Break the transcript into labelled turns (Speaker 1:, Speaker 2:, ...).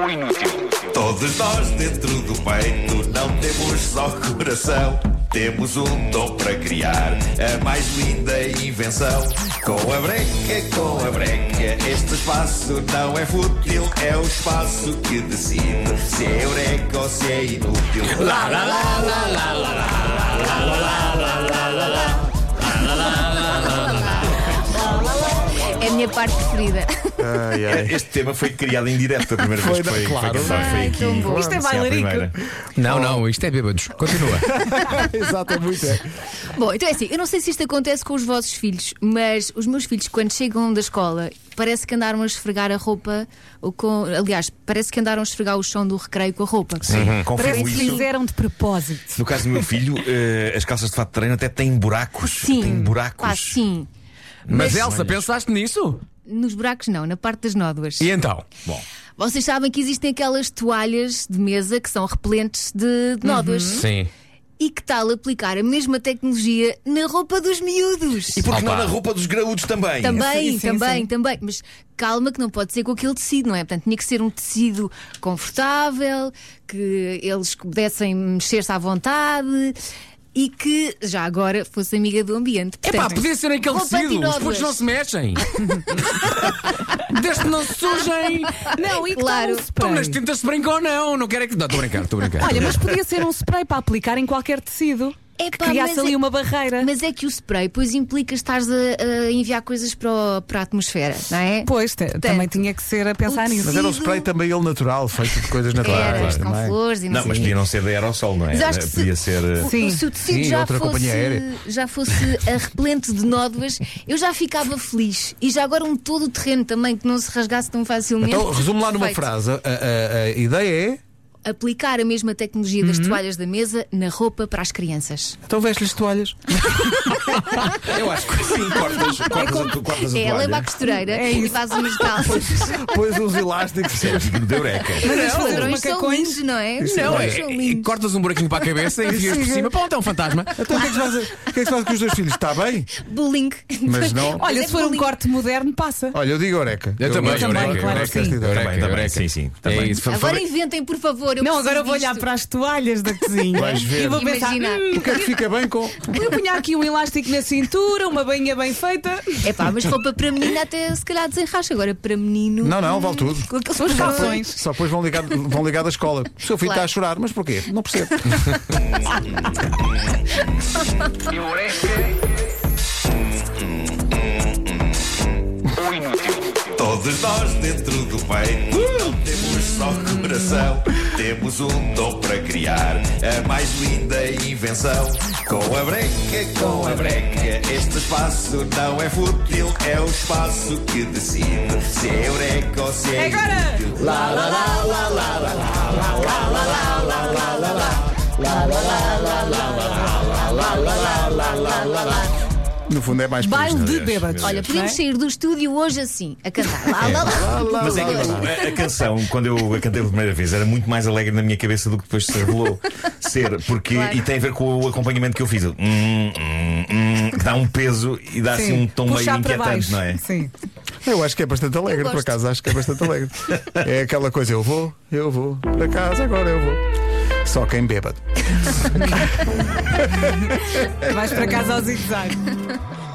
Speaker 1: Ou inútil.
Speaker 2: Todos nós dentro do peito não temos só coração. Temos um dom para criar a mais linda invenção. Com a breca, com a breca, este espaço não é fútil. É o espaço que decide se é eureka ou se é inútil. Lá, lá, lá, lá, lá, lá, lá, lá, lá, lá, lá, lá, lá.
Speaker 3: É a minha parte preferida.
Speaker 4: Ai, ai.
Speaker 2: Este tema foi criado em direto a primeira vez.
Speaker 4: Foi, não,
Speaker 2: foi
Speaker 4: claro.
Speaker 2: cantado, foi
Speaker 3: Ai,
Speaker 2: aqui.
Speaker 3: tão bom.
Speaker 5: Isto é
Speaker 2: Sim, à
Speaker 5: bailarico.
Speaker 2: primeira.
Speaker 6: Não, não, isto é bêbados. Continua.
Speaker 4: Exato, é muito. é.
Speaker 3: Bom, então é assim, eu não sei se isto acontece com os vossos filhos, mas os meus filhos, quando chegam da escola, parece que andaram a esfregar a roupa, ou com, aliás, parece que andaram a esfregar o chão do recreio com a roupa. Sim.
Speaker 4: Uhum.
Speaker 2: Hum,
Speaker 5: Parece
Speaker 2: Confirmo
Speaker 5: que
Speaker 2: isso.
Speaker 5: fizeram de propósito.
Speaker 2: No caso do meu filho, eh, as calças de fato de treino até têm buracos.
Speaker 3: Sim.
Speaker 2: Têm buracos.
Speaker 3: Pá, sim.
Speaker 6: Mas Elsa, pensaste nisso?
Speaker 3: Nos buracos não, na parte das nódoas.
Speaker 6: E então?
Speaker 2: Bom,
Speaker 3: Vocês sabem que existem aquelas toalhas de mesa que são repelentes de de nódoas.
Speaker 6: Sim.
Speaker 3: E que tal aplicar a mesma tecnologia na roupa dos miúdos?
Speaker 2: e por que não
Speaker 6: Opa.
Speaker 2: na roupa dos graúdos também?
Speaker 3: Também,
Speaker 5: Sim, sim,
Speaker 3: também,
Speaker 5: sim.
Speaker 3: também. Mas calma que não pode ser com aquele tecido, não é? Portanto, tinha que ser um tecido confortável, que eles pudessem mexer-se à vontade e que já agora fosse amiga do ambiente.
Speaker 6: É pá,
Speaker 3: Portanto,
Speaker 6: podia ser naquele
Speaker 3: roupa
Speaker 6: tecido. Os
Speaker 3: antinódulas.
Speaker 6: putos não se mexem. Desde que não se sujem.
Speaker 5: Não, e que
Speaker 3: Claro.
Speaker 5: tal
Speaker 6: Então,
Speaker 5: um spray?
Speaker 6: nas tintas se brinca ou não. Não quero é que. Não, estou a brincar, estou a brincar.
Speaker 5: Olha, mas podia ser um spray para aplicar em qualquer tecido.
Speaker 3: É
Speaker 5: que
Speaker 3: pá, mas
Speaker 5: criasse ali
Speaker 3: é-
Speaker 5: uma barreira.
Speaker 3: Mas é que o spray, pois implica estares a, a enviar coisas para, o- para a atmosfera, não é?
Speaker 5: Pois, te- também tinha que ser a pensar
Speaker 3: o
Speaker 5: nisso.
Speaker 4: Mas era um spray também ele natural, feito de coisas
Speaker 3: Era,
Speaker 4: naturais.
Speaker 3: com
Speaker 4: não é?
Speaker 3: flores e não,
Speaker 2: Não, mas
Speaker 3: sei
Speaker 2: podia não ser de aerossol, não é?
Speaker 3: Mas acho que
Speaker 2: podia
Speaker 3: se-
Speaker 2: ser. eh,
Speaker 5: Sim.
Speaker 3: Se o tecido
Speaker 4: né, Sim,
Speaker 3: já,
Speaker 4: outra companhia aérea.
Speaker 3: fosse, já fosse a repelente de nódoas, eu já ficava feliz. E já agora um todo o terreno também que não se rasgasse tão facilmente.
Speaker 4: Então, resumo lá numa
Speaker 3: Perfeito.
Speaker 4: frase. A, a- a ideia é.
Speaker 3: Aplicar a mesma tecnologia das
Speaker 5: Uhum.
Speaker 3: toalhas da mesa na roupa para as crianças.
Speaker 4: Então veste-lhes toalhas.
Speaker 2: Eu acho que sim, cortas, cortas, a, tu- cortas a
Speaker 3: É,
Speaker 2: toalha.
Speaker 3: leva à costureira e faz umas calças.
Speaker 4: Pões uns elásticos.
Speaker 2: Isso é digno de eureka.
Speaker 5: Mas
Speaker 3: Os
Speaker 5: fazer
Speaker 3: ladrões são
Speaker 5: macacões?
Speaker 3: lindos, não é?
Speaker 6: Não,
Speaker 3: Os
Speaker 6: é,
Speaker 3: ladrões são
Speaker 6: é-
Speaker 3: lindos.
Speaker 6: cortas um buraquinho para a cabeça e enfias por cima. Pronto, é um fantasma.
Speaker 4: Então o que é que se faz, o que é que se faz com os dois filhos? Está bem?
Speaker 3: Bullying.
Speaker 4: Mas não-
Speaker 5: Olha, se for um
Speaker 3: bullying.
Speaker 5: corte moderno, passa.
Speaker 4: Olha, eu digo Oreca.
Speaker 6: Eu também,
Speaker 4: gosto de
Speaker 5: também,
Speaker 4: Eureka,
Speaker 5: claro que
Speaker 4: Eureka,
Speaker 5: sim.
Speaker 4: esta ideia.
Speaker 2: Também, também, sim, sim, também.
Speaker 6: É isso, fa-
Speaker 3: Agora
Speaker 6: fa-
Speaker 3: inventem, por favor. Eu
Speaker 5: Não,
Speaker 3: preciso
Speaker 5: agora eu vou
Speaker 3: disto.
Speaker 5: olhar para as toalhas da cozinha
Speaker 4: Vais ver.
Speaker 5: e vou pensar.
Speaker 3: Imagina.
Speaker 5: "Hum,
Speaker 4: O que é que fica bem com.
Speaker 5: Eu punha aqui um elástico na cintura, uma bainha bem feita.
Speaker 3: É pá, mas roupa para menina até se calhar desenracha. Agora para menino.
Speaker 4: Não, não, vale tudo.
Speaker 3: Com aqueles
Speaker 5: Os
Speaker 3: calções.
Speaker 5: calções.
Speaker 4: Só depois vão ligar, vão ligar da escola. O seu filho
Speaker 3: Claro.
Speaker 4: está a chorar, mas porquê? Não percebo.
Speaker 1: Ou inútil.
Speaker 2: Todos nós dentro do peito não temos só coração. Temos um dom para criar a mais linda invenção. Com a breca, com a breca, este espaço não é fútil. É o espaço que decide se é eureka ou se é.
Speaker 5: Agora!
Speaker 4: No fundo é mais por
Speaker 5: Baile
Speaker 4: isto.
Speaker 5: de bêbados.
Speaker 3: Olha, podemos
Speaker 5: Não é?
Speaker 3: sair do estúdio hoje assim, a cantar. Lá, lá, lá, lá,
Speaker 2: Mas é que a, a canção, quando eu a cantei pela primeira vez, era muito mais alegre na minha cabeça do que depois se revelou ser, porque
Speaker 3: Claro.
Speaker 2: e tem a ver com o acompanhamento que eu fiz. Eu, Hum, hum, hum, que dá um peso e dá assim um tom meio
Speaker 5: Puxar para
Speaker 2: inquietante,
Speaker 5: baixo.
Speaker 2: não é?
Speaker 5: Sim.
Speaker 4: Eu acho que é bastante alegre, por
Speaker 3: gosto.
Speaker 4: acaso, acho que é bastante alegre. É aquela coisa, eu vou, eu vou, para casa agora eu vou. Só quem bêbado.
Speaker 5: Vais para casa ao zigue-zague.